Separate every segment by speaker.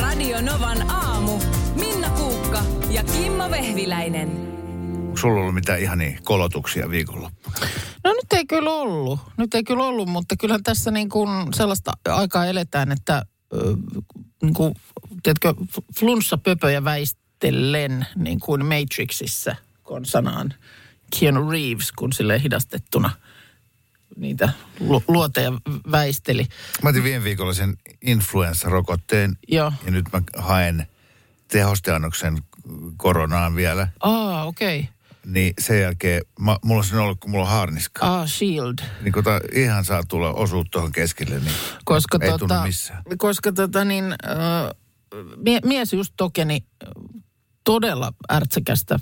Speaker 1: Radio Novan aamu. Minna Kuukka ja Kimmo Vehviläinen.
Speaker 2: Onko sulla ollut mitään ihania kolotuksia viikonloppuna?
Speaker 3: No nyt ei kyllä ollut. Nyt ei kyllä ollut, mutta kyllähän tässä niin kuin sellaista aikaa eletään, että ö, niin kuin, tiedätkö, flunssapöpöjä väistellen niin kuin Matrixissa, kun on sanaan Keanu Reeves, kun sille hidastettuna niitä lu- luoteja väisteli.
Speaker 2: Mä otin viime viikolla sen influenssarokotteen
Speaker 3: Joo.
Speaker 2: ja nyt mä haen tehosteannoksen koronaan vielä.
Speaker 3: Ah, okei. Okay.
Speaker 2: Niin sen jälkeen, mä, mulla on sen ollut, kun mulla on haarniska.
Speaker 3: Ah, Shield.
Speaker 2: Niin kun tää ihan saa tulla osuut tuohon keskelle, niin
Speaker 3: Koska
Speaker 2: ei tunnu
Speaker 3: tota,
Speaker 2: missään.
Speaker 3: Koska tota niin, äh, mie- mies just tokeni äh, todella ärtsäkästä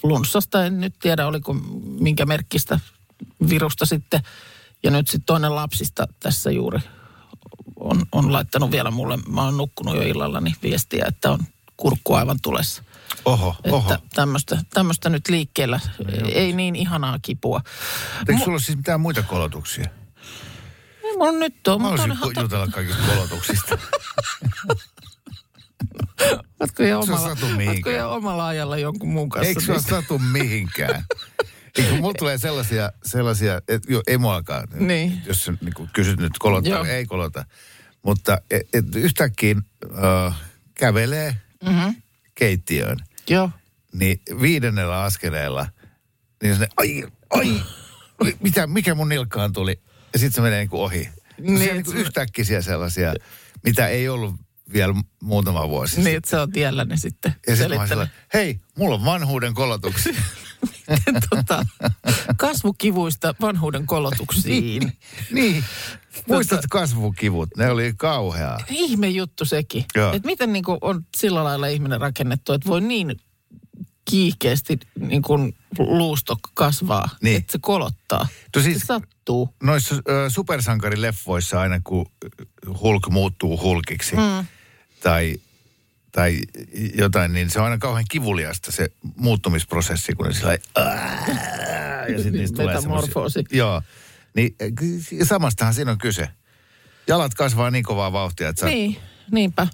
Speaker 3: flunssasta. En nyt tiedä, oliko minkä merkkistä virusta sitten. Ja nyt sitten toinen lapsista tässä juuri on, on laittanut vielä mulle. Mä oon nukkunut jo illalla niin viestiä, että on kurkku aivan tulessa.
Speaker 2: Oho, oho.
Speaker 3: Että tämmöistä, tämmöistä nyt liikkeellä. Ei niin ihanaa kipua.
Speaker 2: Eikö sulla siis mitään muita kolotuksia?
Speaker 3: Ei Mulla nyt on,
Speaker 2: Mä
Speaker 3: mutta
Speaker 2: haluaisin
Speaker 3: on,
Speaker 2: ku- jutella kaikista kolotuksista.
Speaker 3: Oletko jo
Speaker 2: Se on
Speaker 3: omalla,
Speaker 2: satu mihinkään.
Speaker 3: ootko jo omalla ajalla jonkun muun kanssa?
Speaker 2: Eikö se ole satu mihinkään? Eikö mulla tulee sellaisia, sellaisia et, jo, ei muakaan,
Speaker 3: Niin.
Speaker 2: jos sä niin kysyt nyt kolota,
Speaker 3: Joo.
Speaker 2: Joo. ei kolota. Mutta et, et yhtäkkiä äh, kävelee mm-hmm. keittiöön,
Speaker 3: Joo.
Speaker 2: niin viidennellä askeleella, niin se ai, ai, ai, mitä, mikä mun nilkkaan tuli? Ja sitten se menee niin kuin ohi.
Speaker 3: Niin,
Speaker 2: Niin,
Speaker 3: et
Speaker 2: siellä niin kuin
Speaker 3: se-
Speaker 2: yhtäkkiä sellaisia, mitä ei ollut vielä muutama vuosi
Speaker 3: Niin,
Speaker 2: sitten.
Speaker 3: että se on tiellä ne sitten.
Speaker 2: Siis- Ja sitten mä oon
Speaker 3: Selittele.
Speaker 2: sellainen, hei, mulla on vanhuuden kolotuksia.
Speaker 3: tota, kasvukivuista vanhuuden kolotuksiin.
Speaker 2: Niin.
Speaker 3: Tota-
Speaker 2: Muistat kasvukivut? Ne oli kauheaa.
Speaker 3: Ihme juttu sekin.
Speaker 2: Joo.
Speaker 3: Et miten niin on sillä lailla ihminen rakennettu, että voi niin kiihkeästi niin kuin luusto kasvaa,
Speaker 2: Niin.
Speaker 3: että se kolottaa.
Speaker 2: No siis-
Speaker 3: Se sattuu.
Speaker 2: Noissa ö, supersankarileffoissa aina, kun Hulk muuttuu Hulkiksi mm. tai, tai jotain, niin se on aina kauhean kivuliasta se muuttumisprosessi, kun ne sillä lailla- ja sitten niistä tulee
Speaker 3: Metamorfoosi.
Speaker 2: semmosia- Joo. Niin eh, samastahan siinä on kyse. Jalat kasvaa niin kovaa vauhtia, että sä...
Speaker 3: Niin, niinpä.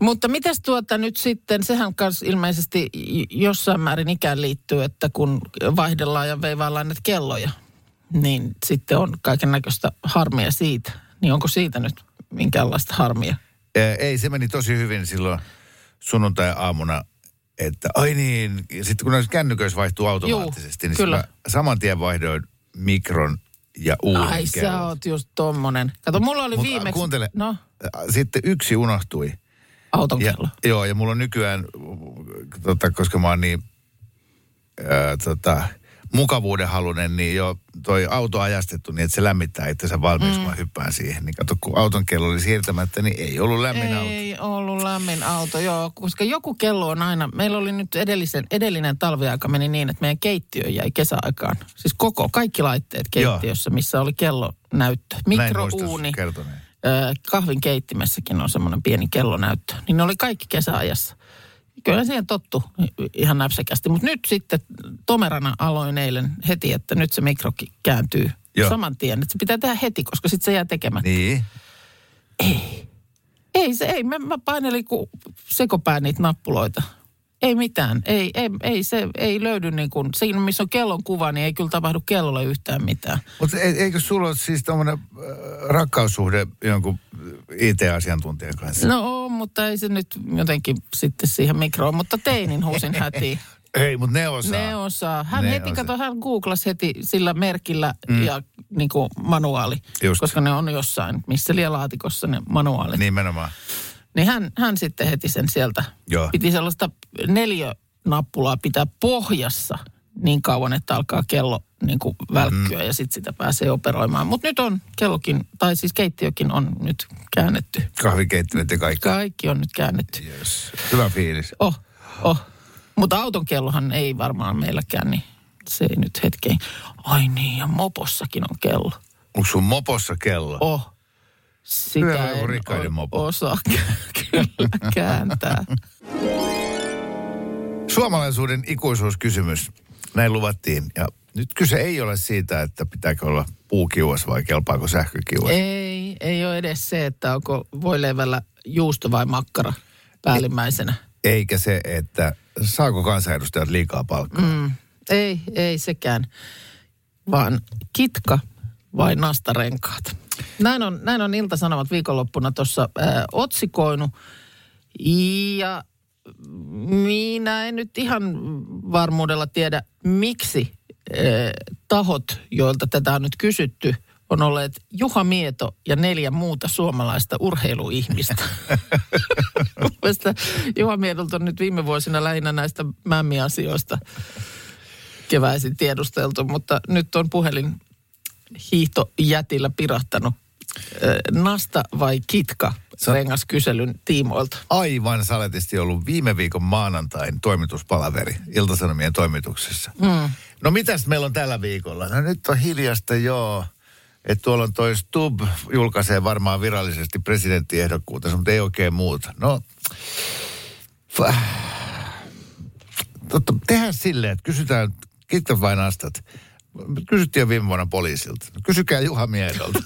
Speaker 3: Mutta mitäs tuota nyt sitten, sehän kans ilmeisesti j- jossain määrin ikään liittyy, että kun vaihdellaan ja veivaillaan näitä kelloja, niin sitten on kaiken näköistä harmia siitä. Niin onko siitä nyt minkäänlaista harmia?
Speaker 2: Eh, Ei, se meni tosi hyvin silloin sunnuntai-aamuna, että ai niin, ja sitten kun noissa kännyköissä vaihtuu automaattisesti, niin
Speaker 3: kyllä.
Speaker 2: kyllä. saman tien vaihdoin mikron ja uunin
Speaker 3: Ai sä
Speaker 2: kellon.
Speaker 3: oot just tommonen. Kato, mulla oli
Speaker 2: Mut, a,
Speaker 3: viimeksi...
Speaker 2: kuuntele.
Speaker 3: No,
Speaker 2: Sitten yksi unohtui.
Speaker 3: auton
Speaker 2: Ja,
Speaker 3: kello.
Speaker 2: joo, ja mulla on nykyään, tota, koska mä oon niin ää, tota, mukavuudenhalunen, niin jo toi auto ajastettu niin, että se lämmittää itsensä valmiiksi, mm. kun mä hyppään siihen. Niin kato, kun auton kello oli siirtämättä, niin ei ollut lämmin auto.
Speaker 3: Ei ollut lämmin auto, joo, koska joku kello on aina, meillä oli nyt edellisen, edellinen talviaika meni niin, että meidän keittiö jäi kesäaikaan. Siis koko, kaikki laitteet
Speaker 2: Joo.
Speaker 3: keittiössä, missä oli kellonäyttö.
Speaker 2: Näin muistan
Speaker 3: Mikrouuni,
Speaker 2: kertoneen.
Speaker 3: ö, kahvin keittimessäkin on semmoinen pieni kellonäyttö. Niin ne oli kaikki kesäajassa. Kyllä siihen tottu i- ihan näpsäkästi, mutta nyt sitten tomerana aloin eilen heti, että nyt se mikrokin kääntyy
Speaker 2: Joo.
Speaker 3: saman tien. Että se pitää tehdä heti, koska sitten se jää tekemättä.
Speaker 2: Niin.
Speaker 3: Ei se, ei. Mä, mä painelin ku sekopään niitä nappuloita. Ei mitään. Ei, ei, ei se ei löydy niin kuin, siinä missä on kellon kuva, niin ei kyllä tapahdu kellolla yhtään mitään.
Speaker 2: Mutta e-, eikö sulla ole siis tämmöinen äh, rakkaussuhde jonkun IT-asiantuntijan kanssa?
Speaker 3: No on, mutta ei se nyt jotenkin sitten siihen mikroon, mutta teinin huusin hätiin.
Speaker 2: Ei, mutta ne osaa.
Speaker 3: Ne osaa. Hän
Speaker 2: Ne
Speaker 3: ne heti,
Speaker 2: osaa.
Speaker 3: kato, hän googlasi heti sillä merkillä mm. ja niin kuin manuaali,
Speaker 2: Just.
Speaker 3: koska ne on jossain, missä liian laatikossa ne manuaalit.
Speaker 2: Nimenomaan.
Speaker 3: Niin hän, hän sitten heti sen sieltä.
Speaker 2: Joo.
Speaker 3: Piti sellaista neljönappulaa pitää pohjassa niin kauan, että alkaa kello niin kuin välkkyä
Speaker 2: Mm.
Speaker 3: ja sitten sitä pääsee operoimaan. Mutta nyt on kellokin, tai siis keittiökin on nyt käännetty.
Speaker 2: Kahvikeittimet ja kaikki.
Speaker 3: Kaikki on nyt käännetty.
Speaker 2: Yes. Hyvä fiilis.
Speaker 3: Oh, oh. Mutta auton kellohan ei varmaan meilläkään, niin se ei nyt hetkeen. Ai niin, ja mopossakin on kello.
Speaker 2: Onko sun mopossa kello?
Speaker 3: Oh. Sitä
Speaker 2: Pyörä on
Speaker 3: en
Speaker 2: rikkaiden
Speaker 3: o-
Speaker 2: mopo.
Speaker 3: osaa kyllä kääntää.
Speaker 2: Suomalaisuuden ikuisuuskysymys. Näin luvattiin. Ja nyt kyse ei ole siitä, että pitääkö olla puukiuas vai kelpaako sähkökiuas.
Speaker 3: Ei, ei ole edes se, että onko voileivällä juusto vai makkara. päällimmäisenä.
Speaker 2: Eikä se, että saako kansanedustajat liikaa palkkaa. Mm.
Speaker 3: Ei, ei sekään, vaan kitka vai nastarenkaat. Näin on, näin on Ilta-Sanomat viikonloppuna tuossa äh, otsikoinut. Ja minä en nyt ihan varmuudella tiedä, miksi äh, tahot, joilta tätä on nyt kysytty, on olleet Juha Mieto ja neljä muuta suomalaista urheiluihmistä. Mun mielestä Juha Mietolta on nyt viime vuosina lähinnä näistä mämmiasioista keväisin tiedusteltu, mutta nyt on puhelin hiihtojätillä pirahtanut ö, nasta vai kitka
Speaker 2: Sä-
Speaker 3: rengaskyselyn tiimoilta.
Speaker 2: Aivan saletisti ollut viime viikon maanantain toimituspalaveri Iltasanomien toimituksessa. Mm. No mitäs meillä on tällä viikolla? No nyt on hiljasta joo. Että tuolla on toi Stub julkaisee varmaan virallisesti presidenttiehdokkuutensa, mutta ei oikein muuta. No, Pah. Totta, tehdään silleen, että kysytään, kitkä vain astat. Kysyttiin jo viime vuonna poliisilta. No, Kysykää Juha Miedolta.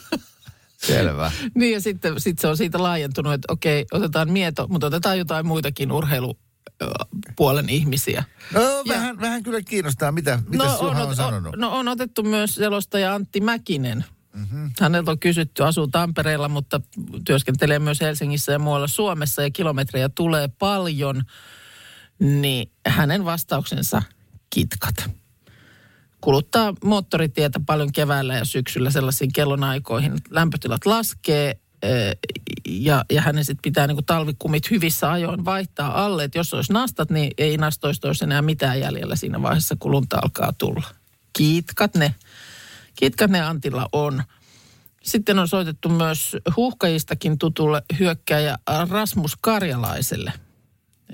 Speaker 2: Selvä.
Speaker 3: Niin ja sitten sit se on siitä laajentunut, että okei, otetaan mieto, mutta otetaan jotain muitakin urheilupuolen ihmisiä.
Speaker 2: No vähän, vähän kyllä kiinnostaa, mitä, mitä no, Juha on, on
Speaker 3: ot-
Speaker 2: sanonut.
Speaker 3: No on otettu myös selostaja Antti Mäkinen. Mm-hmm. Häneltä on kysytty, asuu Tampereella, mutta työskentelee myös Helsingissä ja muualla Suomessa ja kilometrejä tulee paljon. Niin hänen vastauksensa kitkat. Kuluttaa moottoritietä paljon keväällä ja syksyllä sellaisiin kellonaikoihin. Lämpötilat laskee eh, ja, ja hänen sitten pitää niinku talvikumit hyvissä ajoin vaihtaa alle. Et jos olisi nastat, niin ei nastoista olisi enää mitään jäljellä siinä vaiheessa, kun lunta alkaa tulla. Kitkat ne. Kitkat ne Antilla on. Sitten on soitettu myös huuhkajistakin tutulle hyökkäjä Rasmus Karjalaiselle,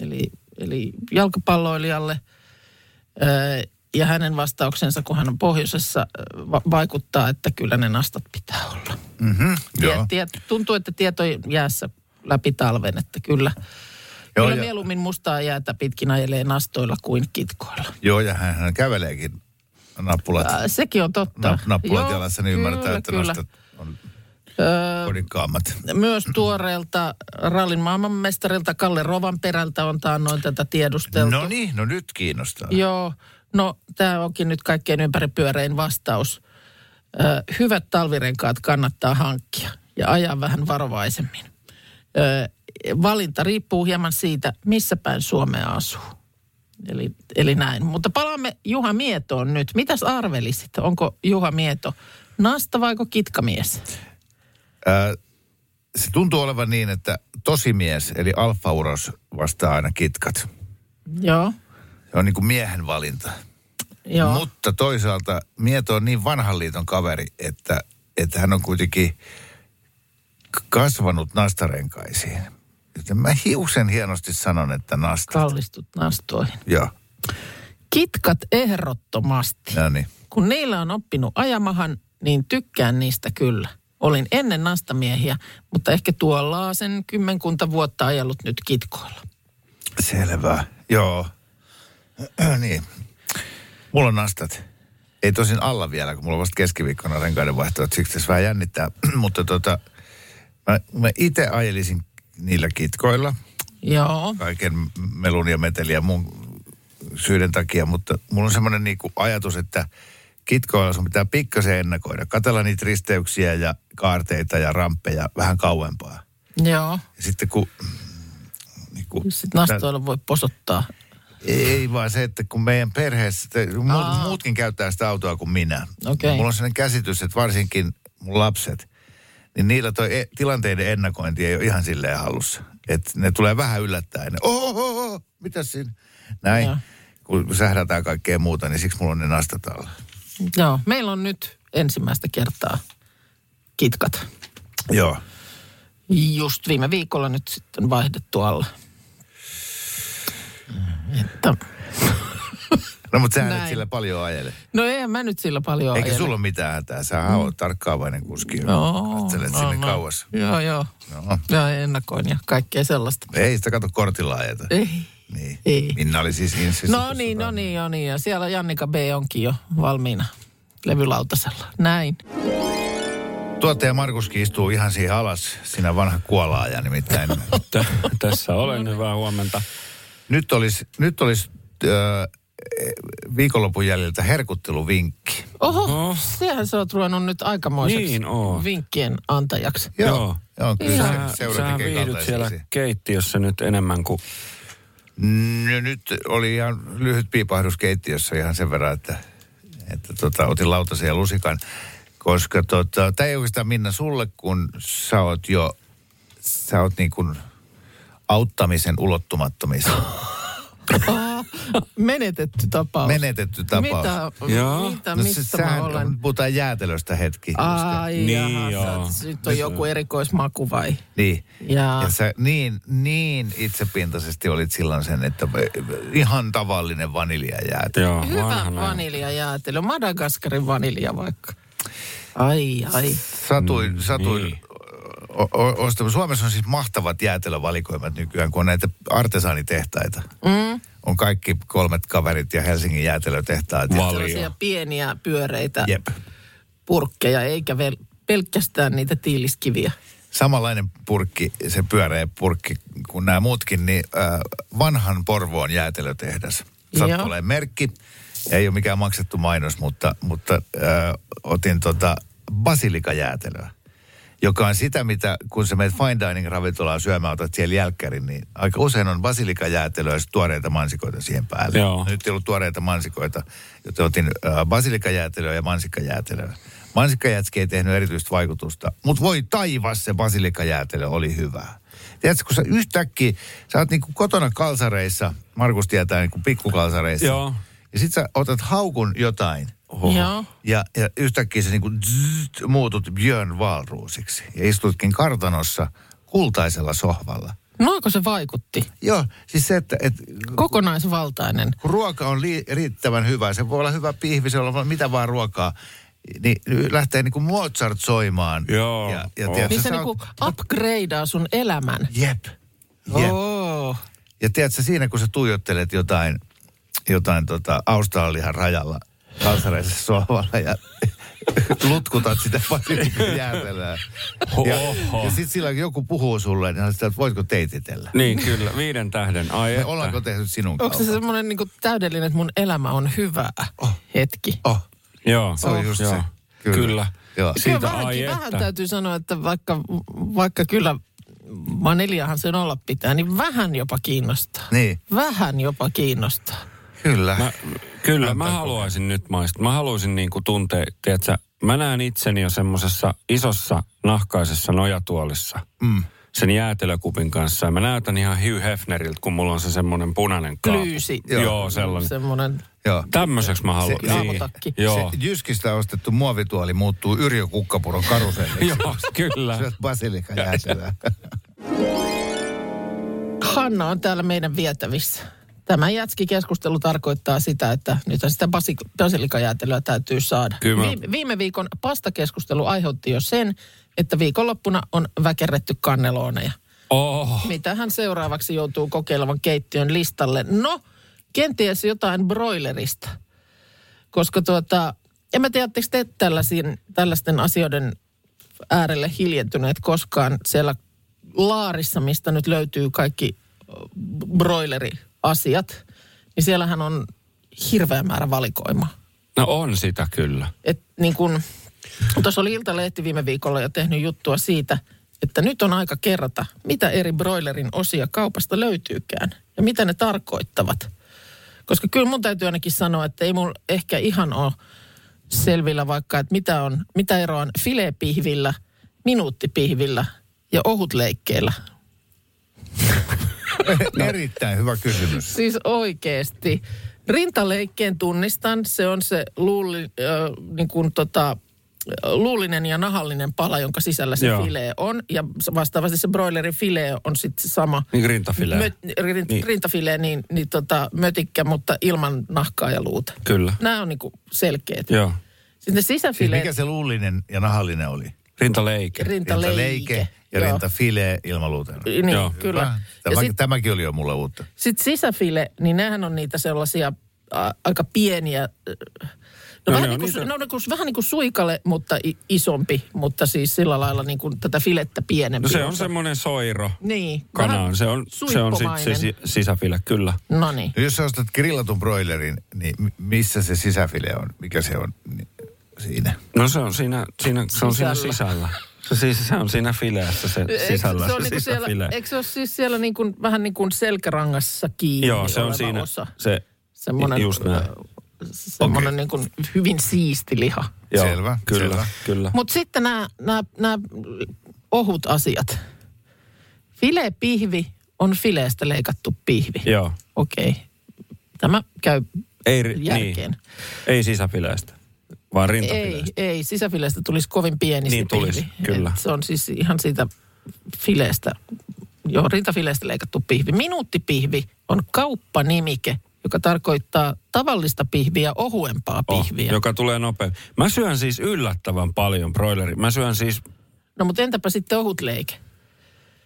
Speaker 3: eli, eli jalkapalloilijalle. Öö, Ja hänen vastauksensa, kun hän on pohjoisessa, va- vaikuttaa, että kyllä ne nastat pitää olla.
Speaker 2: Mm-hmm,
Speaker 3: Tie, tie, tuntuu, että tieto jäässä läpi talven, että kyllä,
Speaker 2: Joo,
Speaker 3: kyllä
Speaker 2: ja-
Speaker 3: mieluummin mustaa jäätä pitkin ajelee nastoilla kuin kitkoilla.
Speaker 2: Joo, ja hän, hän käveleekin nappulat,
Speaker 3: Äh, Sekin on totta.
Speaker 2: na, nappulat
Speaker 3: Joo,
Speaker 2: jalassa, niin ymmärtää,
Speaker 3: kyllä,
Speaker 2: että
Speaker 3: kyllä.
Speaker 2: nostat on
Speaker 3: Öö,
Speaker 2: kodikkaammat.
Speaker 3: myös tuoreelta rallin maailmanmestarilta Kalle Rovan perältä on taannoin tätä tiedusteltu.
Speaker 2: No niin, no nyt kiinnostaa.
Speaker 3: Joo, no tämä onkin nyt kaikkein ympäripyörein vastaus. Ö, hyvät talvirenkaat kannattaa hankkia ja ajaa vähän varovaisemmin. Ö, valinta riippuu hieman siitä, missä päin Suomea asuu. Eli, eli näin. Mutta palaamme Juha Mietoon nyt. Mitäs arvelisit? Onko Juha Mieto nasta vaiko kitkamies?
Speaker 2: Ää, Äh, se tuntuu olevan niin, että tosimies, eli alfauros, vastaa aina kitkat.
Speaker 3: Joo.
Speaker 2: Se on niin kuin miehen valinta.
Speaker 3: Joo.
Speaker 2: Mutta toisaalta Mieto on niin vanhan liiton kaveri, että, että hän on kuitenkin k- kasvanut nastarenkaisiin. Joten mä hiusen hienosti sanon, että nasta.
Speaker 3: kallistut nastoihin.
Speaker 2: Joo,
Speaker 3: Kitkat ehdottomasti.
Speaker 2: no niin.
Speaker 3: Kun niillä on oppinut ajamahan, niin tykkään niistä kyllä. Olin ennen nastamiehiä, mutta ehkä tuolla sen kymmenkunta vuotta ajellut nyt kitkoilla.
Speaker 2: Selvä, joo. niin. Mulla on nastat. Ei tosin alla vielä, kun mulla on vasta keskiviikkona renkaiden vaihto, että siksi tässä vähän jännittää. mutta tota, mä, mä itse ajelisin niillä kitkoilla
Speaker 3: Joo,
Speaker 2: kaiken melun ja meteliä mun syyden takia, mutta mulla on semmoinen niinku ajatus, että kitkoilla sun pitää pikkasen ennakoida. Katella niitä risteyksiä ja kaarteita ja ramppeja vähän kauempaa.
Speaker 3: joo.
Speaker 2: Ja sitten kun... mm, Niin kuin,
Speaker 3: Sitten nastoilla voi posottaa.
Speaker 2: ei vaan se, että kun meidän perheessä, te, mu-
Speaker 3: Aa.
Speaker 2: muutkin käyttää sitä autoa kuin minä.
Speaker 3: Okei.
Speaker 2: Mulla on sellainen käsitys, että varsinkin mun lapset, niin niillä toi e- tilanteiden ennakointi ei ole ihan silleen hallussa. Että ne tulee vähän yllättäen. Ne, "Oh, oh, oh, mitä siinä? Näin.
Speaker 3: Joo.
Speaker 2: Kun sähdätään kaikkea muuta, niin siksi mulla on ne nastat alla.
Speaker 3: Joo, meillä on nyt ensimmäistä kertaa kitkat.
Speaker 2: Joo.
Speaker 3: Just viime viikolla nyt sitten vaihdettu alla. Että,
Speaker 2: No mutta sähän et
Speaker 3: Näin.
Speaker 2: sillä paljon ajele.
Speaker 3: no eihän mä nyt sillä paljon
Speaker 2: Eikä
Speaker 3: ajele.
Speaker 2: sulla ole mitään hätää. Sähän mm. oot tarkkaavainen kuski.
Speaker 3: Joo,
Speaker 2: Katselet
Speaker 3: no,
Speaker 2: sinne
Speaker 3: no.
Speaker 2: kauas.
Speaker 3: Joo, joo.
Speaker 2: No.
Speaker 3: Ja ennakoin ja kaikkea sellaista.
Speaker 2: Ei sitä kato kortilla ajeta.
Speaker 3: Ei.
Speaker 2: Niin.
Speaker 3: Ei.
Speaker 2: Minna oli siis insissä.
Speaker 3: No niin, no niin, no niin. Ja siellä Jannika B onkin jo valmiina levylautasella. Näin.
Speaker 2: Tuottaja Markuskin istuu ihan siihen alas, sinä vanha kuolaaja nimittäin.
Speaker 4: Tä, tässä olen, hyvää huomenta.
Speaker 2: nyt olisi nyt olis, öö, viikonlopun jäljiltä herkutteluvinkki.
Speaker 3: Oho,
Speaker 4: Oho.
Speaker 3: no. sehän sä oot ruvennut nyt aikamoiseksi
Speaker 4: Niin oot.
Speaker 3: vinkkien antajaksi.
Speaker 4: Joo.
Speaker 2: Joo, kyllä
Speaker 4: Sä,
Speaker 2: se seura
Speaker 4: sähän
Speaker 2: tekee
Speaker 4: viihdyt
Speaker 2: kaltaisia
Speaker 4: siellä
Speaker 2: asia.
Speaker 4: keittiössä nyt enemmän kuin...
Speaker 2: No nyt oli ihan lyhyt piipahdus keittiössä ihan sen verran, että, että tota, otin lautasen ja lusikan. Koska tota, tämä ei oikeastaan Minna sulle, kun sä oot jo, sä oot niin kuin auttamisen ulottumattomissa.
Speaker 3: Menetetty tapaus.
Speaker 2: Menetetty tapaus. No
Speaker 3: Mitä,
Speaker 4: Joo.
Speaker 3: mitä mistä mä olen?
Speaker 2: Puhutaan jäätelöstä hetki. Ai.
Speaker 3: Ai
Speaker 4: Niin
Speaker 3: jaha, sä
Speaker 4: joo.
Speaker 3: oot- nyt on joku erikoismaku vai?
Speaker 2: Niin.
Speaker 3: Jaa.
Speaker 2: Ja sä niin, niin itsepintaisesti olit silloin sen, että ihan tavallinen vaniljajäätelö.
Speaker 4: Joo,
Speaker 3: Hyvä
Speaker 4: vanhana.
Speaker 3: vaniljajäätelö, Madagaskarin vanilja vaikka. Ai, ai.
Speaker 2: Satuin, mm, satuin
Speaker 4: niin.
Speaker 2: niin. o- o- ostamaan. Suomessa on siis mahtavat jäätelövalikoimat nykyään, kun on näitä artesaanitehtaita. Mm. On kaikki kolmet kaverit ja Helsingin jäätelötehtaat. ja-
Speaker 4: Valio.
Speaker 3: Sellaisia pieniä pyöreitä
Speaker 2: Jep.
Speaker 3: purkkeja, eikä vel, pelkästään niitä tiiliskiviä.
Speaker 2: Samanlainen purkki, se pyöreä purkki kuin nämä muutkin, niin äh, vanhan Porvoon jäätelötehdas.
Speaker 3: Joo.
Speaker 2: Sattuu olemaan merkki. Ja ei ole mikään maksettu mainos, mutta, mutta äh, otin tota basilikajäätelöä, joka on sitä, mitä kun sä menet fine dining ravintolaan syömään, otat siellä jälkkärin, niin aika usein on basilikajäätelöä ja sit tuoreita mansikoita siihen päälle.
Speaker 4: Joo.
Speaker 2: Nyt ei ollut tuoreita mansikoita, joten otin äh, basilikajäätelöä ja mansikkajäätelöä. Mansikkajätski ei tehnyt erityistä vaikutusta, mutta voi taivas se basilikajäätelö oli hyvää. Tiedätkö, kun sä yhtäkkiä, sä oot niinku kotona kalsareissa, Markus tietää niinku pikkukalsareissa.
Speaker 4: Joo.
Speaker 2: Ja sit sä otat haukun jotain.
Speaker 4: Oho.
Speaker 3: Joo.
Speaker 2: Ja, ja yhtäkkiä sä niinku zzzt, muutut Björn Valruusiksi. Ja istutkin kartanossa kultaisella sohvalla.
Speaker 3: Noinko se vaikutti?
Speaker 2: Joo, siis se, että, että
Speaker 3: Kokonaisvaltainen.
Speaker 2: kun ruoka on li- riittävän hyvä, se voi olla hyvä pihvi, se voi olla mitä vaan ruokaa, niin lähtee niin kuin Mozart soimaan.
Speaker 4: Joo.
Speaker 2: Ja, ja
Speaker 4: Oh.
Speaker 2: tiedätkö,
Speaker 3: Niin
Speaker 2: sä
Speaker 3: se
Speaker 2: oot-
Speaker 3: niinku upgradeaa sun elämän.
Speaker 2: Jep. Jep.
Speaker 4: Oh.
Speaker 3: Oo.
Speaker 2: Ja tiedätkö, siinä kun sä tuijottelet jotain, jotain tota Australian rajalla kansareisessa sohvalla ja lutkutat sitä basilikan jäätelöä. Ja,
Speaker 4: Oho.
Speaker 2: ja sitten sillä kun joku puhuu sulle, niin on sitä, että voitko teititellä.
Speaker 4: Niin kyllä, viiden tähden. Ai
Speaker 2: Me
Speaker 4: että.
Speaker 2: ollaanko tehnyt sinun
Speaker 3: Onko se
Speaker 2: kaupan?
Speaker 3: semmoinen niinku täydellinen, että mun elämä on hyvää hetki?
Speaker 2: Oh,
Speaker 4: Joo.
Speaker 2: se on just
Speaker 4: joo.
Speaker 2: se.
Speaker 4: Kyllä.
Speaker 2: Kyllä.
Speaker 4: kyllä.
Speaker 2: Joo.
Speaker 3: Kyllä
Speaker 4: Siitä ai
Speaker 3: vähänkin, vähän
Speaker 4: että.
Speaker 3: täytyy sanoa, että vaikka, vaikka kyllä vaniljahan sen olla pitää, niin vähän jopa kiinnostaa.
Speaker 2: Niin.
Speaker 3: Vähän jopa kiinnostaa.
Speaker 2: kyllä.
Speaker 4: Mä, kyllä, mä haluaisin nyt maistaa. Mä haluaisin niin kuin tuntea, tiedätkö, mä näen itseni jo semmoisessa isossa nahkaisessa nojatuolissa. Mm. Sen jäätelökupin kanssa. Ja mä näytän ihan Hugh Hefneriltä, kun mulla on se semmoinen punainen kaapu.
Speaker 3: Klyysi.
Speaker 4: Joo,
Speaker 2: Joo.
Speaker 4: sellainen.
Speaker 3: Semmoinen
Speaker 2: Joo.
Speaker 4: Tämmöiseksi mä haluan. Niin.
Speaker 2: Se-
Speaker 3: aamutakki.
Speaker 4: Joo.
Speaker 2: Se Jyskistä ostettu muovituoli muuttuu Yrjö Kukkapuron karuselliksi.
Speaker 4: Joo, kyllä.
Speaker 2: Syöt basilikan jäätelöä.
Speaker 3: Hanna on täällä meidän vietävissä. Tämä jätskikeskustelu tarkoittaa sitä, että nyt sitä basi- basilikajäätelöä täytyy saada.
Speaker 4: Kyllä mä-
Speaker 3: Viime, viime viikon pastakeskustelu aiheutti jo sen, että viikonloppuna on väkerretty kannelooneja.
Speaker 4: Oh,
Speaker 3: Mitä hän seuraavaksi joutuu kokeilevan keittiön listalle? No, kenties jotain broilerista. Koska tuota, en mä tiedä, oletteko te tällaisiin, tällaisten asioiden äärelle hiljentyneet koskaan siellä laarissa, mistä nyt löytyy kaikki ö, broileriasiat, niin siellähän on hirveä määrä valikoimaa.
Speaker 4: no on sitä kyllä.
Speaker 3: Et niin kun, tuossa oli Iltalehti viime viikolla jo tehnyt juttua siitä, että nyt on aika kerrata, mitä eri broilerin osia kaupasta löytyykään ja mitä ne tarkoittavat. Koska kyllä mun täytyy ainakin sanoa, että ei mulla ehkä ihan ole selvillä vaikka, että mitä, on, mitä eroa on filepihvillä, minuuttipihvillä ja ohutleikkeillä. No.
Speaker 2: Erittäin hyvä kysymys.
Speaker 3: Siis oikeesti. Rintaleikkeen tunnistan. Se on se luuli, äh, niin kuin tota, luulinen ja nahallinen pala, jonka sisällä se
Speaker 4: Joo.
Speaker 3: Joo. filee on. Ja s- vastaavasti se broilerin filee on sitten se sama.
Speaker 4: Niin rintafilee.
Speaker 3: Mö- rin,
Speaker 4: Niin.
Speaker 3: niin. Rintafilee, niin, niin tota, mötikkä, mutta ilman nahkaa ja luuta.
Speaker 4: Kyllä.
Speaker 3: Nämä on niin kuin selkeät.
Speaker 4: Joo.
Speaker 3: Sitten ne
Speaker 2: Siis
Speaker 3: sisäfileet,
Speaker 2: mikä se luullinen ja nahallinen oli?
Speaker 4: Rintaleike.
Speaker 3: rintaleike.
Speaker 2: ja
Speaker 3: Joo.
Speaker 2: rintafile ilman luuta.
Speaker 3: Niin,
Speaker 4: Joo.
Speaker 3: Joo. kyllä.
Speaker 2: Hyvä.
Speaker 3: Ja
Speaker 2: Tämä,
Speaker 3: sit-
Speaker 2: sit... Tämäkin oli jo mulle uutta.
Speaker 3: Sitten sisäfile, niin nehän on niitä sellaisia ä, aika pieniä, äh, No,
Speaker 4: No
Speaker 3: no, vähän
Speaker 4: ne
Speaker 3: niin
Speaker 4: on
Speaker 3: kuin,
Speaker 4: iso-
Speaker 3: niitä... no, niin kuin, vähän niin kuin suikale, mutta i- isompi, mutta siis sillä lailla niin kuin tätä filettä pienempi.
Speaker 4: No se on
Speaker 3: osa.
Speaker 4: semmoinen soiro.
Speaker 3: Niin.
Speaker 4: Kana
Speaker 3: vähän
Speaker 4: on. Se on, se on sit se
Speaker 3: suippomainen.
Speaker 4: si- sisäfile, kyllä.
Speaker 3: No niin.
Speaker 2: No jos sä ostat grillatun broilerin, niin mi- missä se sisäfile on? Mikä se on niin siinä?
Speaker 4: No se on siinä, siinä, se on siinä
Speaker 3: Sisällä.
Speaker 4: sisällä. Se, siis, se on siinä fileessä se sisällä,
Speaker 3: Eikö se, on niinku siellä,
Speaker 4: sisäfile.
Speaker 3: eikö se ole siis siellä niin kuin, vähän niin kuin selkärangassa kiinni
Speaker 4: Joo, se
Speaker 3: oleva
Speaker 4: on siinä.
Speaker 3: osa? äh,
Speaker 4: Se,
Speaker 3: Semmoinen,
Speaker 4: just näin.
Speaker 3: ö, semmoinen niin kuin hyvin siisti liha.
Speaker 4: Joo,
Speaker 2: Selvä,
Speaker 4: kyllä,
Speaker 2: selvä.
Speaker 4: kyllä.
Speaker 3: Mutta sitten nämä, nämä, nämä ohut asiat. Filepihvi on fileestä leikattu pihvi.
Speaker 4: Joo.
Speaker 3: Okei. Tämä käy
Speaker 4: Ei, ri-
Speaker 3: järkeen.
Speaker 4: Niin. Ei sisäfileestä, vaan
Speaker 3: Ei,
Speaker 4: rintafileestä.
Speaker 3: ei. Sisäfileestä tulisi kovin pieni
Speaker 4: Niin
Speaker 3: se
Speaker 4: tulisi,
Speaker 3: pihvi.
Speaker 4: kyllä.
Speaker 3: Et se on siis ihan siitä fileestä, joo, rintafileestä leikattu pihvi. Minuuttipihvi on kauppanimike, joka tarkoittaa tavallista pihviä, ohuempaa pihviä.
Speaker 4: Oh, joka tulee nopeasti. Mä syön siis yllättävän paljon broileri. Mä syön siis,
Speaker 3: No mutta entäpä sitten ohut leike?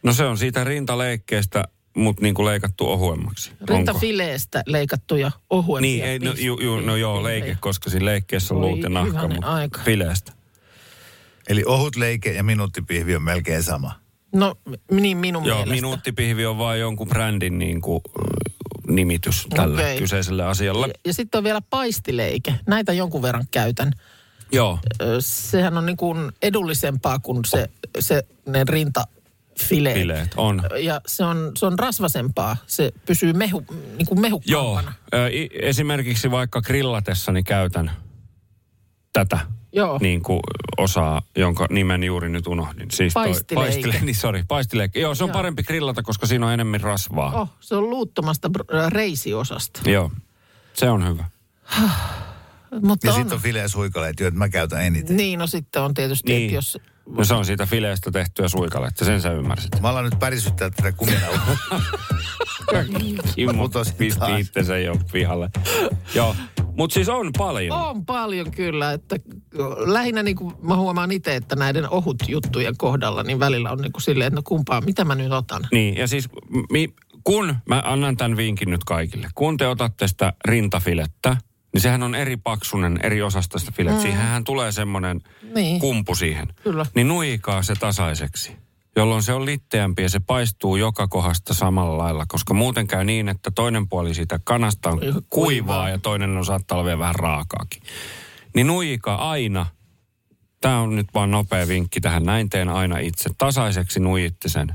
Speaker 4: no se on siitä rintaleikkeestä, mutta niin kuin leikattu ohuemmaksi. Onko?
Speaker 3: Rintafileestä leikattuja ohuempia
Speaker 4: Niin, ei, no,
Speaker 3: pihvi-
Speaker 4: ju, ju, no joo, leike, koska siinä leikkeessä on
Speaker 3: Voi
Speaker 4: luut ja nahka,
Speaker 3: hyvänen
Speaker 4: mutta
Speaker 3: aika.
Speaker 4: fileestä.
Speaker 2: Eli ohut leike ja minuuttipihvi on melkein sama.
Speaker 3: No m- niin minun
Speaker 4: Joo,
Speaker 3: mielestä.
Speaker 4: minuuttipihvi on vaan jonkun brändin niin kuin, nimitys tälle
Speaker 3: Okei.
Speaker 4: kyseiselle asialle.
Speaker 3: Ja- Ja sitten on vielä paistileike. Näitä jonkun verran käytän.
Speaker 4: Joo,
Speaker 3: Ö, Sehän on niin kuin edullisempaa kuin se, se ne rintafileet.
Speaker 4: fileet on.
Speaker 3: Ja se on, se on rasvasempaa. Se pysyy mehu, niin kuin
Speaker 4: Joo,
Speaker 3: mehukkaampana.
Speaker 4: ö, i- esimerkiksi vaikka grillatessani käytän tätä
Speaker 3: Joo.
Speaker 4: niin kuin osaa, jonka nimen juuri nyt unohdin. Siis
Speaker 3: Paistileike.
Speaker 4: paistile, niin, sorry, paistileikki. Joo, se on
Speaker 3: Joo.
Speaker 4: parempi grillata, koska siinä on enemmän rasvaa.
Speaker 3: Oh, se on luuttomasta br- reisiosasta.
Speaker 4: Joo, se on hyvä.
Speaker 3: Mutta
Speaker 2: Ja
Speaker 3: on,
Speaker 2: sitten on file ja suikaleet, joita mä käytän eniten.
Speaker 3: Niin, no sitten on tietysti, niin.
Speaker 4: Niin.
Speaker 3: että jos...
Speaker 4: No se on siitä fileestä tehtyä suikaletta, sen sä ymmärsit.
Speaker 2: Mä alan nyt pärisyttää tätä kumina.
Speaker 4: Kimmo
Speaker 2: putosin
Speaker 4: pisti
Speaker 2: taas.
Speaker 4: itsensä jo pihalle. Joo, mutta siis on paljon.
Speaker 3: On paljon kyllä, että lähinnä niin kuin mä huomaan itse, että näiden ohut juttujen kohdalla, niin välillä on niin kuin silleen, että no kumpaa, mitä mä nyt otan?
Speaker 4: Niin, ja siis mi, kun, mä annan tämän vinkin nyt kaikille, kun te otatte sitä rintafilettä, niin sehän on eri paksunen, eri osasta sitä filettä. Mm. Siihenhän tulee semmoinen
Speaker 3: Niin.
Speaker 4: kumpu siihen.
Speaker 3: Kyllä.
Speaker 4: Niin nuikaa se tasaiseksi, jolloin se on litteämpi ja se paistuu joka kohdasta samalla lailla, koska muuten käy niin, että toinen puoli siitä kanasta on
Speaker 3: Kuivaa.
Speaker 4: kuivaa ja toinen on saattaa olla vielä vähän raakaakin. Niin nuika aina Tämä on nyt vaan nopea vinkki tähän. Näin teen aina itse. Tasaiseksi nuijitte sen.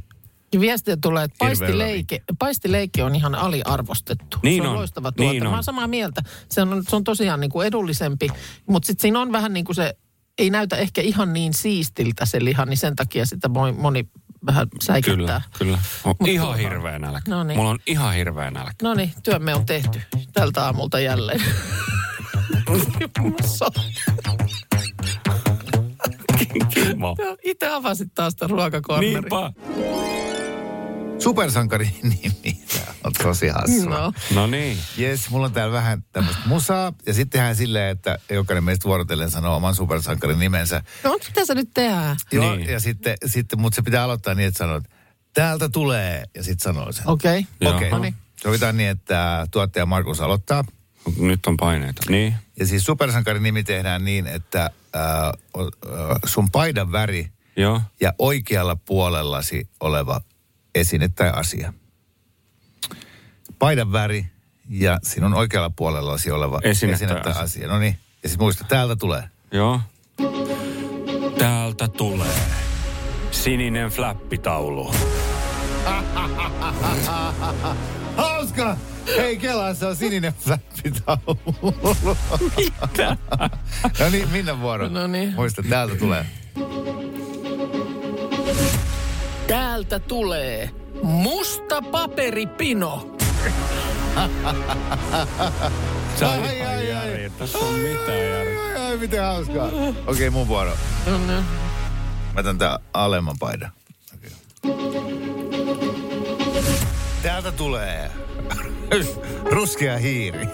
Speaker 3: Ja Viestiä tulee, että
Speaker 2: Hirveellä
Speaker 3: paistileike, paistileike on ihan aliarvostettu.
Speaker 4: Niin
Speaker 3: se on,
Speaker 4: on,
Speaker 3: loistava tuote.
Speaker 4: niin
Speaker 3: Mä oon
Speaker 4: on.
Speaker 3: samaa mieltä. Se on, se on tosiaan niin kuin edullisempi, mutta sitten siinä on vähän niin kuin se, ei näytä ehkä ihan niin siistiltä se liha, niin sen takia sitä moni, moni vähän säikättää.
Speaker 4: Kyllä, kyllä. On
Speaker 3: Mut
Speaker 4: ihan
Speaker 3: tuota-
Speaker 4: hirveä nälkä.
Speaker 3: No niin.
Speaker 4: Mulla on ihan hirveä nälkä.
Speaker 3: No niin, työmme on tehty tältä aamulta jälleen.
Speaker 4: Kimmo.
Speaker 3: Itse avasit taas sitä ruokakorneria.
Speaker 4: Niinpä.
Speaker 2: Supersankari niin, nimi. Tää on tosi hassua.
Speaker 3: No.
Speaker 4: No niin.
Speaker 2: Jes, mulla on täällä vähän tämmöistä musaa. Ja sitten tehdään silleen, että jokainen meistä vuorotellen sanoo oman supersankarin nimensä.
Speaker 3: no, mut mitä sä nyt tehdään?
Speaker 2: Joo,
Speaker 4: Niin.
Speaker 2: ja sitten, sitten mutta se pitää aloittaa niin, että sanoo, että täältä tulee, ja sitten sanoo sen.
Speaker 3: Okei. Okay.
Speaker 4: Jaha.
Speaker 2: Okei, okay. sovitaan niin, että tuottaja Markus aloittaa.
Speaker 4: Nyt on paineita. Niin.
Speaker 2: Ja siis supersankarin nimi tehdään niin, että ää, o- ää, sun paidan väri
Speaker 4: Joo.
Speaker 2: ja oikealla puolellasi oleva esine tai asia. Paidan väri ja sinun oikealla puolellasi oleva
Speaker 4: Esine
Speaker 2: esine,
Speaker 4: tai
Speaker 2: esine tai asia.
Speaker 4: asia.
Speaker 2: asia. No niin, ja sitten muista, täältä tulee.
Speaker 4: Joo. Täältä tulee sininen flappitaulu.
Speaker 2: Hauska! Hei Kela, se on sininen flappitaulu. Mitä? no niin, Minna vuoro.
Speaker 3: No niin.
Speaker 2: Muista, täältä tulee.
Speaker 3: Täältä tulee musta paperipino.
Speaker 4: Sä
Speaker 2: Ai,
Speaker 4: oot ihan
Speaker 2: ai, ai.
Speaker 4: järjetön. Tässä on mitään järkeä.
Speaker 2: Ai, ai, miten hauskaa. Okei, okay, mun vuoro.
Speaker 3: No, no.
Speaker 2: Mä otan tää alemman paidan. Okay. Täältä tulee ruskea hiiri.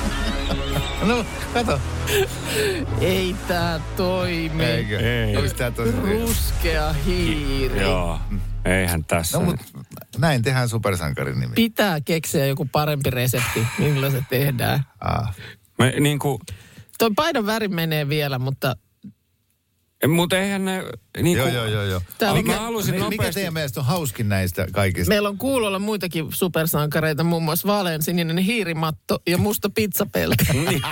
Speaker 2: no, kato.
Speaker 3: Ei tää toimi.
Speaker 2: Eikö?
Speaker 4: Niin. Ei.
Speaker 2: Olis tää tosi
Speaker 3: Ruskea hiiri.
Speaker 4: Joo. Eihän tässä.
Speaker 2: No,
Speaker 4: No,
Speaker 2: mut näin tehdään supersankarin nimi.
Speaker 3: Pitää keksiä joku parempi resepti, millä se tehdään.
Speaker 2: Ah.
Speaker 4: Me niin kuin,
Speaker 3: Tuo paidan väri menee vielä, mutta
Speaker 4: Mutta eihän ne... Niin
Speaker 2: Joo,
Speaker 4: kuin,
Speaker 2: joo, joo. joo.
Speaker 3: Tää on-
Speaker 4: Mikä, mä halusin
Speaker 2: Mi- Mikä
Speaker 4: nopeasti...
Speaker 2: teidän mielestä on hauskin näistä kaikista?
Speaker 3: meillä on kuulolla muitakin supersankareita, muun muassa vaalean sininen hiirimatto ja musta pizzapelkä.
Speaker 4: Niin.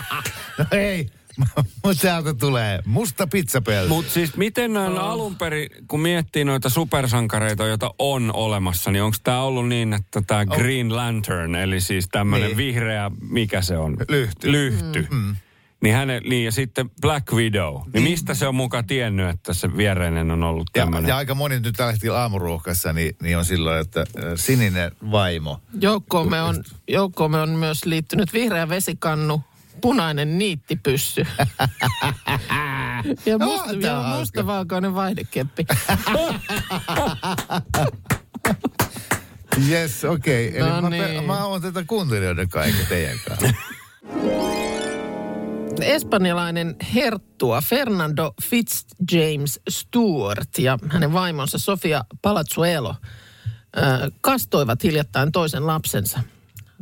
Speaker 2: No ei, mutta täältä tulee musta pizzapelti.
Speaker 4: Mutta siis miten näin alun perin, kun miettii noita supersankareita, joita on olemassa, niin onko tämä ollut niin, että tämä Green Lantern, eli siis tämmöinen
Speaker 2: Niin.
Speaker 4: vihreä, mikä se on?
Speaker 2: Lyhty.
Speaker 4: Lyhty. Mm. Niin, hänen, niin ja sitten Black Widow. Niin mistä se on muka tiennyt, että se viereinen on ollut
Speaker 2: Ja,
Speaker 4: tämmöinen?
Speaker 2: ja aika moni nyt tällä hetkellä aamuruuhkassa, niin, niin on silloin, että äh, sininen vaimo.
Speaker 3: Joukkoomme on, joukkoomme on myös liittynyt vihreä vesikannu, punainen niittipyssy. ja
Speaker 2: No,
Speaker 3: musta,
Speaker 2: tää on
Speaker 3: ja
Speaker 2: hauska.
Speaker 3: mustavalkoinen vaihdekeppi.
Speaker 2: Yes, okei. Okay. Eli
Speaker 3: No
Speaker 2: mä,
Speaker 3: niin.
Speaker 2: pe- mä oon tätä kuuntelijoiden kaiken teidän kanssa.
Speaker 3: Espanjalainen herttua Fernando Fitzjames Stewart ja hänen vaimonsa Sofia Palazuelo ö, kastoivat hiljattain toisen lapsensa.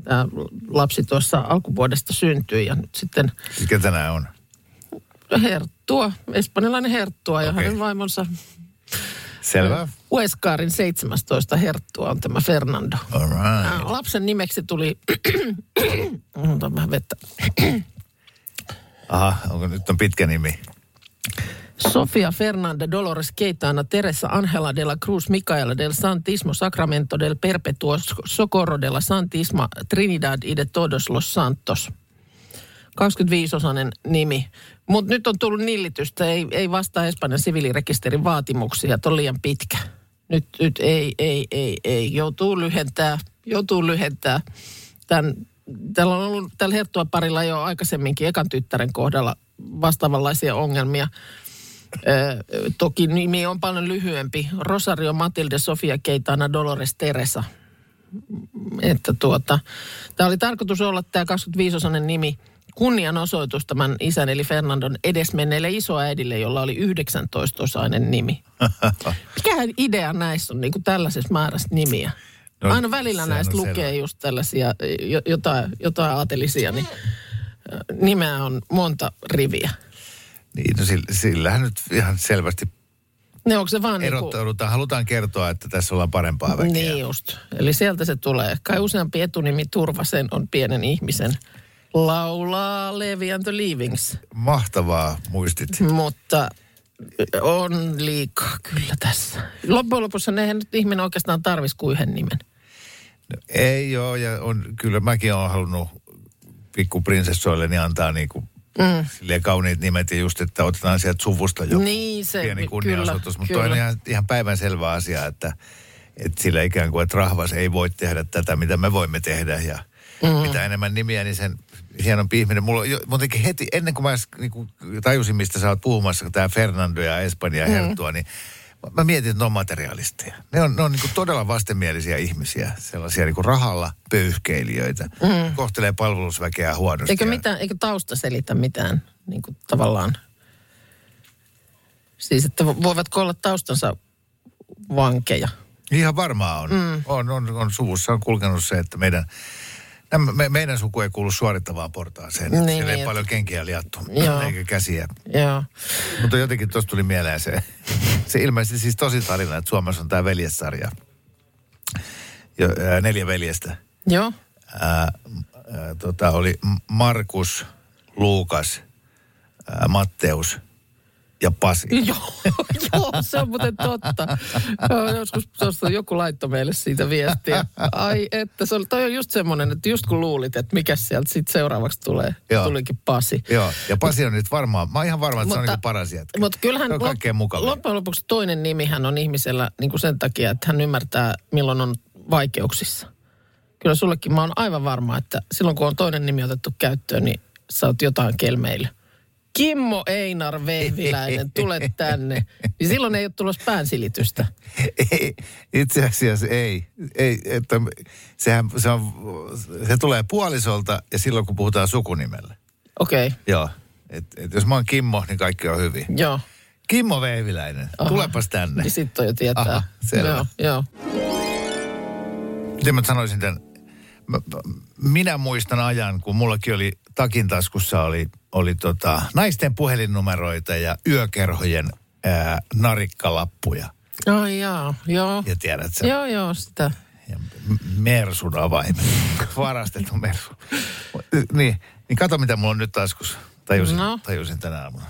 Speaker 3: Tämä lapsi tuossa alkuvuodesta syntyi ja nyt sitten
Speaker 2: Siis ketä nää on?
Speaker 3: herttua, espanjalainen herttua ja
Speaker 2: Okei.
Speaker 3: hänen vaimonsa
Speaker 2: Selvä.
Speaker 3: Ueskaarin 17 herttua on tämä Fernando.
Speaker 2: All right.
Speaker 3: Ää, Lapsen nimeksi tuli... Otan vähän vettä.
Speaker 2: Aha, onko nyt on pitkä nimi?
Speaker 3: Sofia Fernanda Dolores Keitana, Teresa Angela de la Cruz, Micaela del Santismo, Sacramento del Perpetuo, Socorro de la Santisma, Trinidad y de Todos los Santos. 25-osainen nimi. Mutta nyt on tullut nillitystä, ei, ei vastaa Espanjan siviilirekisterin vaatimuksia, että on liian pitkä. Nyt, nyt ei, ei, ei, ei, joutuu lyhentää, joutuu lyhentää. Tän, täällä on ollut, tällä herttua parilla jo aikaisemminkin ekan tyttären kohdalla vastaavanlaisia ongelmia. Ö, toki nimi on paljon lyhyempi. Rosario Matilde Sofia Keitana Dolores Teresa. Että tuota, tämä oli tarkoitus olla tämä 25-osainen nimi kunnianosoitus tämän isän eli Fernandon edesmenneelle isoäidille, jolla oli 19-osainen nimi. Mikähän idea näissä on niin kuin tällaisessa määrässä nimiä?
Speaker 2: No,
Speaker 3: No, Aina välillä
Speaker 2: sehän
Speaker 3: näistä
Speaker 2: on
Speaker 3: lukee
Speaker 2: selvä.
Speaker 3: just tällaisia, jo- jotain, jotain aatelisia, niin ö, nimeä on monta riviä.
Speaker 2: Niin, no sillä, sillähän nyt ihan selvästi
Speaker 3: Niin Ne onko se vaan niinku-
Speaker 2: erottaudutaan. Halutaan kertoa, että tässä ollaan parempaa väkeä.
Speaker 3: Niin just. Eli sieltä se tulee. Kai useampi etunimi turva sen on pienen ihmisen. Laulaa Levi and the Leavings.
Speaker 2: Mahtavaa muistit.
Speaker 3: Mutta on liikaa kyllä tässä. Loppujen lopussa nehän nyt ihminen oikeastaan tarvisi kuin yhden nimen.
Speaker 2: Ei joo, ja on, kyllä mäkin olen halunnut pikkuprinsessoille niin antaa niinku mm. silleen kauniit nimet ja just, että otetaan sieltä suvusta joku
Speaker 3: Niin se,
Speaker 2: pieni
Speaker 3: kyllä,
Speaker 2: kunnianosoitus. Mutta toi
Speaker 3: kyllä.
Speaker 2: on ihan, ihan päivänselvä asia, että, että sillä ikään kuin, että rahvas ei voi tehdä tätä, mitä me voimme tehdä ja mm. mitä enemmän nimiä, niin sen hienompi ihminen. Mulla on jo, muutenkin heti, ennen kuin mä edes, niin kuin, tajusin, mistä sä oot puhumassa, tämä Fernando ja Espanja mm. Hertua, niin mä- mä mietin, että ne on materialisteja. Ne on, ne on niin kuin todella vastenmielisiä ihmisiä, sellaisia niin kuin rahalla pöyhkeilijöitä. Mm. Kohtelee palvelusväkeä huonosti.
Speaker 3: Eikö,
Speaker 2: ja-
Speaker 3: mitään, eikö tausta selitä mitään niin kuin tavallaan? Siis, että vo- voivatko olla taustansa vankeja?
Speaker 2: Ihan varmaan on. Mm. On, on, on. Suvussa on kulkenut se, että meidän, nämä, me, meidän suku ei kuulu suorittavaan portaaseen.
Speaker 3: Niin,
Speaker 2: Niin, Siellä ei
Speaker 3: niin.
Speaker 2: paljon kenkiä liattu,
Speaker 3: Joo.
Speaker 2: eikä käsiä.
Speaker 3: Joo.
Speaker 2: Mutta jotenkin tuossa tuli mieleen se, se ilmeisesti siis tosi tarina, että Suomessa on tämä veljessarja. Jo, ää, neljä veljestä.
Speaker 3: Joo.
Speaker 2: Ää, ää, tota, oli M- Markus, Luukas, ää, Matteus ja Pasi.
Speaker 3: Joo, joo, se on muuten totta. Joo, Joskus tuossa joku laittoi meille siitä viestiä. Ai että, se oli, toi on just semmoinen, että just kun luulit, että mikä sieltä sitten seuraavaksi tulee,
Speaker 2: Joo.
Speaker 3: joo. tulikin Pasi.
Speaker 2: Joo, ja Pasi on nyt varmaan, mä oon ihan varma, että se on niin paras jätkä.
Speaker 3: Mutta kyllähän
Speaker 2: se on kaikkein
Speaker 3: lop-
Speaker 2: mukavin.
Speaker 3: loppujen lopuksi toinen nimihän on ihmisellä niin kuin sen takia, että hän ymmärtää, milloin on vaikeuksissa. Kyllä sullekin mä oon aivan varma, että silloin kun on toinen nimi otettu käyttöön, niin sä oot jotain kelmeillä. Kimmo Einar Vehviläinen, tule tänne. Niin silloin ei ole tulossa päänsilitystä.
Speaker 2: Ei, itse asiassa ei. ei että sehän, se, on, se tulee puolisolta ja silloin kun puhutaan sukunimellä.
Speaker 3: Okei, okay.
Speaker 2: Joo. Et, et jos mä oon Kimmo, niin kaikki on hyvin.
Speaker 3: joo.
Speaker 2: Kimmo Vehviläinen, Aha. tulepas tänne.
Speaker 3: Niin sitten on jo tietää.
Speaker 2: Aha, selvä.
Speaker 3: Joo, joo.
Speaker 2: Miten mä nyt sanoisin tämän? mä- minä muistan ajan, kun mullakin oli takin taskussa oli, oli tota, naisten puhelinnumeroita ja yökerhojen ää, narikkalappuja.
Speaker 3: No joo, joo.
Speaker 2: Ja tiedät sä,
Speaker 3: Joo, joo, sitä.
Speaker 2: ja m- Mersun avaimet. Varastettu Mersu. Niin, niin kato mitä mulla on nyt taskussa. Tajusin, no.
Speaker 3: No.
Speaker 2: tajusin tänä aamuna.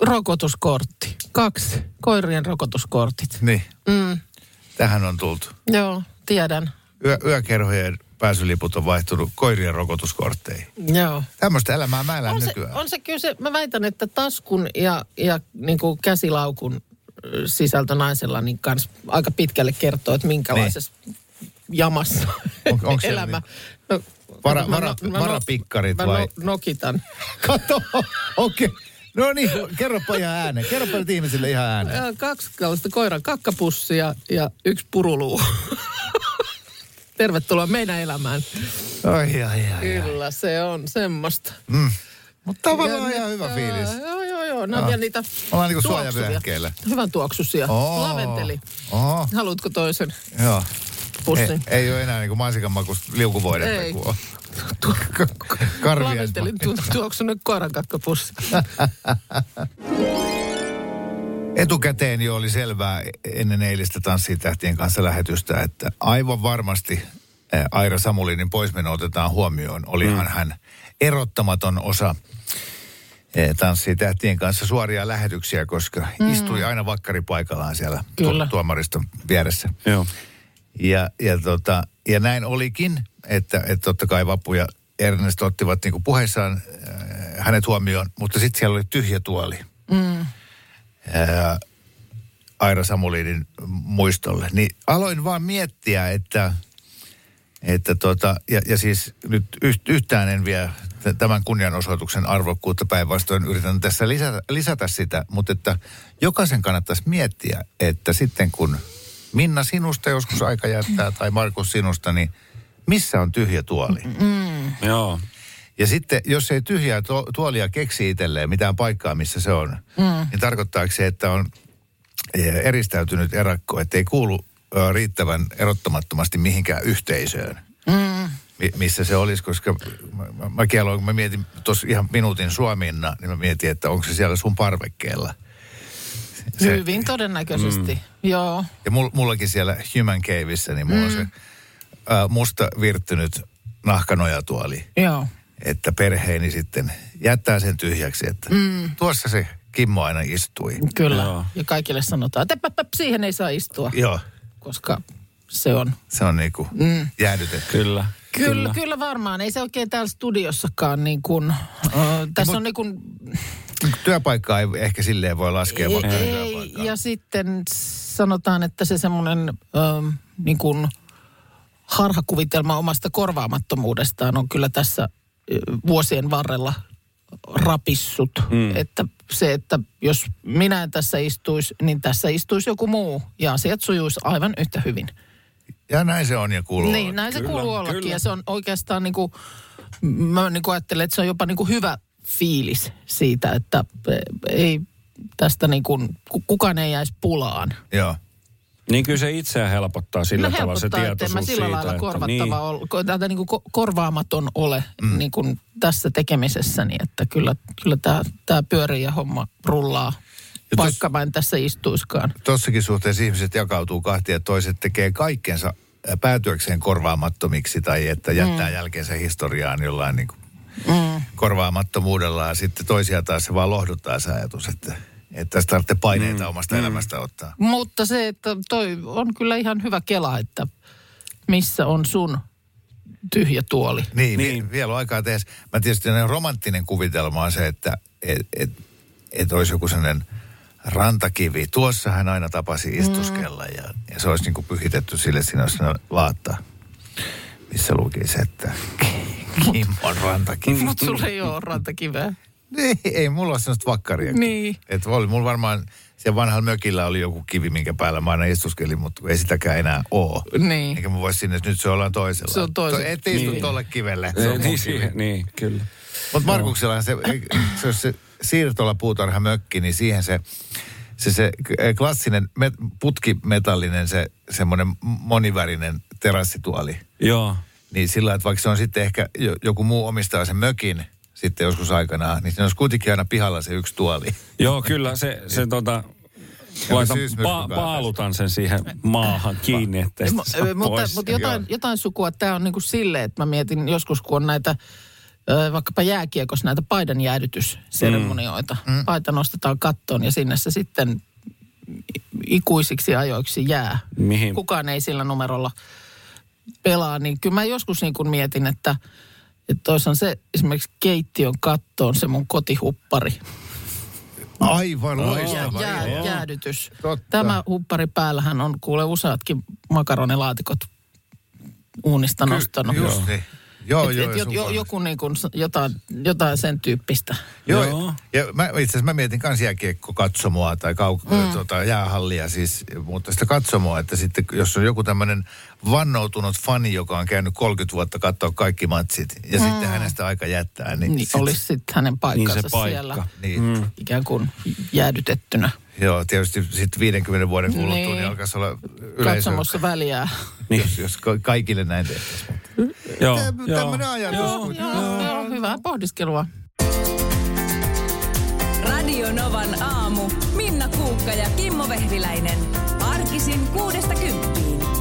Speaker 3: Rokotuskortti. Kaksi. Koirien rokotuskortit.
Speaker 2: Niin,
Speaker 3: Mm,
Speaker 2: tähän on tultu.
Speaker 3: joo, tiedän.
Speaker 2: Yö, yökerhojen pääsyliput on vaihtunut koirien rokotuskortteihin.
Speaker 3: Joo.
Speaker 2: Tämmöistä elämää mä elän
Speaker 3: On se,
Speaker 2: nykyään.
Speaker 3: on se kyllä se, mä väitän, että taskun ja, ja niin kuin käsilaukun ö, sisältö naisella niin kans aika pitkälle kertoo, että minkälaisessa jamassa
Speaker 2: Niin. On- onko siellä
Speaker 3: elämä. No,
Speaker 2: Vara-
Speaker 3: mä- no,
Speaker 2: vara-
Speaker 3: mä- mä-
Speaker 2: varapikkarit
Speaker 3: mä
Speaker 2: vai?
Speaker 3: no- nokitan.
Speaker 2: Kato, okei. Okay. No niin, kerropa ihan ääneen. Kerropa nyt ihmisille ihan ääneen.
Speaker 3: Ö, Kaksi tällaista koiran kakkapussia ja yksi puruluu. Tervetuloa meidän elämään.
Speaker 2: Ai, ai, ai. ai.
Speaker 3: Kyllä, se on semmoista.
Speaker 2: Mutta tavallaan
Speaker 3: Ja
Speaker 2: ihan hyvä
Speaker 3: nyt,
Speaker 2: fiilis. Ah.
Speaker 3: Joo, joo, joo. joo. Nämä on vielä niitä
Speaker 2: Ollaan niinku
Speaker 3: tuoksuvia.
Speaker 2: suojavyöhykkeellä.
Speaker 3: Hyvän tuoksusia.
Speaker 2: Oo.
Speaker 3: Laventeli.
Speaker 2: Oo,
Speaker 3: Haluatko toisen
Speaker 2: joo. Ei,
Speaker 3: pussin?
Speaker 2: ei ole enää niinku mansikan makuista liukuvoidetta,
Speaker 3: Ei.
Speaker 2: kun on
Speaker 3: Tu-
Speaker 2: karvia.
Speaker 3: Laventelin tu- tuoksunut koirankakkapussi.
Speaker 2: Etukäteen jo oli selvää ennen eilistä Tanssii tähtien kanssa lähetystä, että aivan varmasti eh, Aira Samulinin poismeno otetaan huomioon. Olihan mm. hän erottamaton osa eh, Tanssii tähtien kanssa suoria lähetyksiä, koska mm. istui aina vakkaripaikallaan siellä
Speaker 3: Kyllä.
Speaker 2: tu- tuomariston vieressä.
Speaker 4: Joo.
Speaker 2: Ja, ja, tota, ja näin olikin, että, että totta kai Vapu ja Ernest ottivat niin puheessaan äh, hänet huomioon, mutta sitten siellä oli tyhjä tuoli. Mm. Äh, Aira Samulinin muistolle. Niin aloin vaan miettiä, että, että tota, ja, ja siis nyt yht, yhtään en vie t- tämän kunnianosoituksen arvokkuutta päinvastoin. Yritän tässä lisätä, lisätä sitä, mutta että jokaisen kannattaisi miettiä, että sitten kun Minna sinusta joskus aika jättää tai Markus sinusta, niin missä on tyhjä tuoli?
Speaker 4: Joo.
Speaker 2: Ja sitten, jos ei tyhjää to- tuolia keksi itselleen mitään paikkaa, missä se on, mm. niin tarkoittaako se, että on eh, eristäytynyt erakko, että ei kuulu ö, riittävän erottamattomasti mihinkään yhteisöön, mm. mi- missä se olisi, koska mä, mä, mäkin aloin, kun mä mietin tuossa ihan minuutin Suominna, niin mä mietin, että onko se siellä sun parvekkeella. Se- Mm.
Speaker 3: Hyvin todennäköisesti. Joo.
Speaker 2: ja mul, mullakin siellä Human Caveissa, niin mulla mm. on se ö, musta virttynyt nahkanojatuoli
Speaker 3: Joo.
Speaker 2: että perheeni sitten jättää sen tyhjäksi, että mm. tuossa se Kimmo aina istui.
Speaker 3: Kyllä.
Speaker 4: Joo.
Speaker 3: Ja kaikille sanotaan, että pä, pä, siihen ei saa istua,
Speaker 2: Joo,
Speaker 3: koska se on.
Speaker 2: se on niinku mm. jäädytetty.
Speaker 4: Kyllä.
Speaker 3: Kyllä, kyllä, kyllä varmaan. Ei se oikein täällä studiossakaan niin kuin, ö, tässä on niin kuin,
Speaker 2: Työpaikkaa ei ehkä silleen voi laskea. vaikka
Speaker 3: ei,
Speaker 2: työpaikkaa.
Speaker 3: ei, ja sitten sanotaan, että se semmoinen ö, niin kuin harhakuvitelma omasta korvaamattomuudestaan on kyllä tässä ö, vuosien varrella rapissut. Mm. Että se, että jos minä en tässä istuisi, niin tässä istuisi joku muu ja asiat sujuisi aivan yhtä hyvin.
Speaker 2: Ja näin se on ja kuuluu.
Speaker 3: Niin, näin se
Speaker 4: Kyllä,
Speaker 3: kuuluu ollakin
Speaker 4: kyllä.
Speaker 3: ja se on oikeastaan niin kuin, mä niin kuin ajattelen, että se on jopa niin kuin hyvä fiilis siitä, että ei tästä niin kuin, ku- kukaan ei jäisi pulaan.
Speaker 2: Joo.
Speaker 4: Niin kyllä se itseä helpottaa sillä
Speaker 3: no
Speaker 4: tavalla se
Speaker 3: helpottaa, ettei
Speaker 4: tietoisuus
Speaker 3: mä sillä
Speaker 4: siitä,
Speaker 3: lailla
Speaker 4: että
Speaker 3: korvattava
Speaker 4: niin,
Speaker 3: ol, ko- täältä niin kuin ko- korvaamaton ole mm. niin kuin tässä tekemisessä, niin että kyllä, kyllä tämä, tämä pyörii ja homma rullaa,
Speaker 2: tos-
Speaker 3: vaikka vain tässä istuiskaan.
Speaker 2: Tossakin suhteessa ihmiset jakautuu kahtia, että toiset tekee kaikkensa äh, päätyäkseen korvaamattomiksi tai että jättää mm. jälkeensä historiaan jollain niinku mm. korvaamattomuudella ja sitten toisia taas se vaan lohduttaa se ajatus, että, että tästä tarvitsee paineita mm. omasta mm. elämästä ottaa.
Speaker 3: Mutta se, että toi on kyllä ihan hyvä kela, että missä on sun tyhjä tuoli.
Speaker 2: Niin, niin. Vi-
Speaker 4: Niin.
Speaker 2: vielä on aikaa tehdä. Mä tietysti näin romanttinen kuvitelma on se, että et, et, et olisi joku sellainen rantakivi. Tuossa hän aina tapasi
Speaker 3: Mm.
Speaker 2: istuskella ja, ja se olisi niin kuin pyhitetty sille, siinä olisi sellainen laatta, missä lukisi, että Kimmon rantakivi.
Speaker 3: Mutta sulla ei ole rantakiveä.
Speaker 2: Niin, ei mulla ole sellaista vakkaria.
Speaker 3: Niin.
Speaker 2: Et oli, mulla varmaan siellä vanhalla mökillä oli joku kivi, minkä päällä mä aina istuskelin, mutta ei sitäkään enää oo.
Speaker 3: Niin.
Speaker 2: Eikä mä voi sinne, että nyt se ollaan toisella.
Speaker 3: Se on toisella.
Speaker 2: Et istu niin.
Speaker 4: Niin.
Speaker 2: tolle kivelle. Se on
Speaker 4: Ei,
Speaker 2: mun
Speaker 4: Niin,
Speaker 2: kivi.
Speaker 4: siihen- niin, kyllä.
Speaker 2: Mutta Markuksellahan se, se, olisi se siirtola puutarhamökki, niin siihen se, se, se klassinen met, putkimetallinen, se semmoinen monivärinen terassituoli.
Speaker 4: Joo.
Speaker 2: Niin sillä lailla, että vaikka se on sitten ehkä jo- joku muu omistaa sen mökin sitten joskus aikanaan, niin siinä olisi kuitenkin aina pihalla se yksi tuoli.
Speaker 4: Joo, kyllä se, se tota, laitan,
Speaker 2: syysmyrkky
Speaker 4: pa,
Speaker 2: päällä.
Speaker 4: paalutan sen siihen maahan kiinni, ettei sitä saa
Speaker 3: Mu- mutta,
Speaker 4: pois.
Speaker 3: mutta jotain, jotain sukua tämä on niinku sille, että mä mietin joskus, kun on näitä ö, vaikkapa jääkiekossa näitä paidan jäädytysseremonioita. Mm. Paita nostetaan kattoon ja sinne se sitten i- ikuisiksi ajoiksi jää.
Speaker 4: Mihin?
Speaker 3: Kukaan ei sillä numerolla pelaa, niin kyllä mä joskus niin kuin mietin, että, että toisaan se esimerkiksi keittiön kattoon se mun kotihuppari.
Speaker 2: Aivan
Speaker 3: Jää,
Speaker 2: loistava.
Speaker 3: jää,
Speaker 2: idea.
Speaker 3: jäädytys.
Speaker 2: Totta.
Speaker 3: Tämä huppari päällähän on kuule useatkin makaronilaatikot uunista
Speaker 2: Ky-
Speaker 3: nostanut.
Speaker 2: Just niin. Joo,
Speaker 3: et,
Speaker 2: joo.
Speaker 3: et,
Speaker 2: ja
Speaker 3: jo,
Speaker 2: sun
Speaker 3: jo,
Speaker 2: puolesta.
Speaker 3: joku niin kuin, jotain, jotain sen tyyppistä.
Speaker 2: Joo.
Speaker 4: Joo.
Speaker 2: Ja mä, itse asiassa mä mietin kans jääkiekkokatsomoa tai kau- mm. tuota, jäähallia siis, mutta sitä katsomoa, että sitten jos on joku tämmöinen vannoutunut fani, joka on käynyt 30 vuotta katsoa kaikki matsit ja mm. sitten hänestä aika jättää, niin,
Speaker 3: Niin
Speaker 2: sit-
Speaker 3: olisi sitten hänen paikkansa
Speaker 4: Niin se paikka.
Speaker 3: siellä
Speaker 2: Niin, mm.
Speaker 3: ikään kuin jäädytettynä.
Speaker 2: joo, tietysti sitten 50 vuoden kuluttua niin,
Speaker 3: Niin.
Speaker 2: niin alkaisi olla yleisö,
Speaker 3: Katsomossa väliä.
Speaker 4: Niin.
Speaker 2: jos, jos ka- kaikille näin tehtäisiin.
Speaker 4: Joo, joo.
Speaker 2: Tämmöinen ajatus.
Speaker 4: Joo.
Speaker 3: Joo, joo, hyvää pohdiskelua.
Speaker 1: Radio Novan aamu. Minna Kuukka ja Kimmo Vehviläinen. Arkisin kuudesta kymppiin.